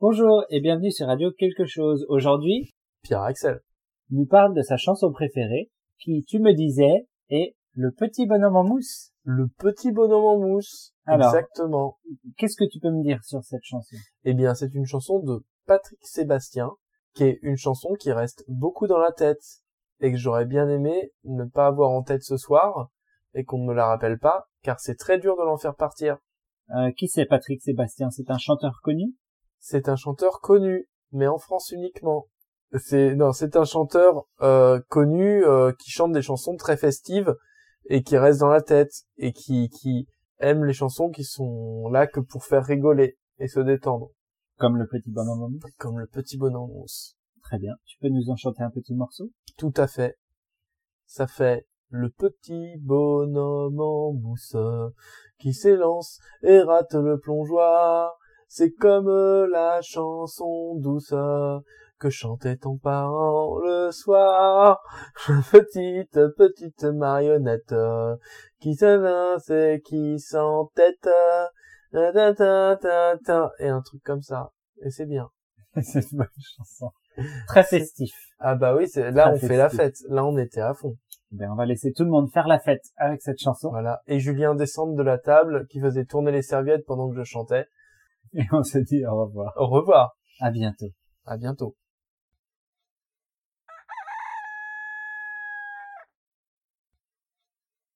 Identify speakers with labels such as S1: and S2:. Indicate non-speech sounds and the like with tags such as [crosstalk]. S1: Bonjour et bienvenue sur Radio Quelque chose. Aujourd'hui,
S2: Pierre Axel.
S1: nous parle de sa chanson préférée, qui, tu me disais, est Le petit bonhomme en mousse.
S2: Le petit bonhomme en mousse.
S1: Alors.
S2: Exactement.
S1: Qu'est-ce que tu peux me dire sur cette chanson
S2: Eh bien, c'est une chanson de Patrick Sébastien, qui est une chanson qui reste beaucoup dans la tête, et que j'aurais bien aimé ne pas avoir en tête ce soir, et qu'on ne me la rappelle pas, car c'est très dur de l'en faire partir.
S1: euh, Qui c'est Patrick Sébastien C'est un chanteur connu
S2: C'est un chanteur connu, mais en France uniquement. C'est non, c'est un chanteur euh, connu euh, qui chante des chansons très festives et qui reste dans la tête et qui qui aime les chansons qui sont là que pour faire rigoler et se détendre,
S1: Comme le petit bonhomme en mousse
S2: comme le petit bonhomme mousse.
S1: Très bien. Tu peux nous en chanter un petit morceau
S2: Tout à fait. Ça fait le petit bonhomme en mousse qui s'élance et rate le plongeoir. C'est comme la chanson douce que chantait ton parent le soir. [laughs] Petite, petite marionnette qui s'élance et qui s'entête. Ta, ta, ta, ta, ta. Et un truc comme ça. Et c'est bien.
S1: [laughs] C'est une bonne chanson. Très festif.
S2: Ah bah oui, c'est, là
S1: Très
S2: on fait la
S1: festif.
S2: fête. Là on était à fond.
S1: Ben, on va laisser tout le monde faire la fête avec cette [laughs] chanson
S2: Voilà. Et Julien descendre de la table qui faisait tourner les serviettes pendant que je chantais.
S1: et on se dit au revoir.
S2: Au revoir.
S1: À bientôt.
S2: À bientôt.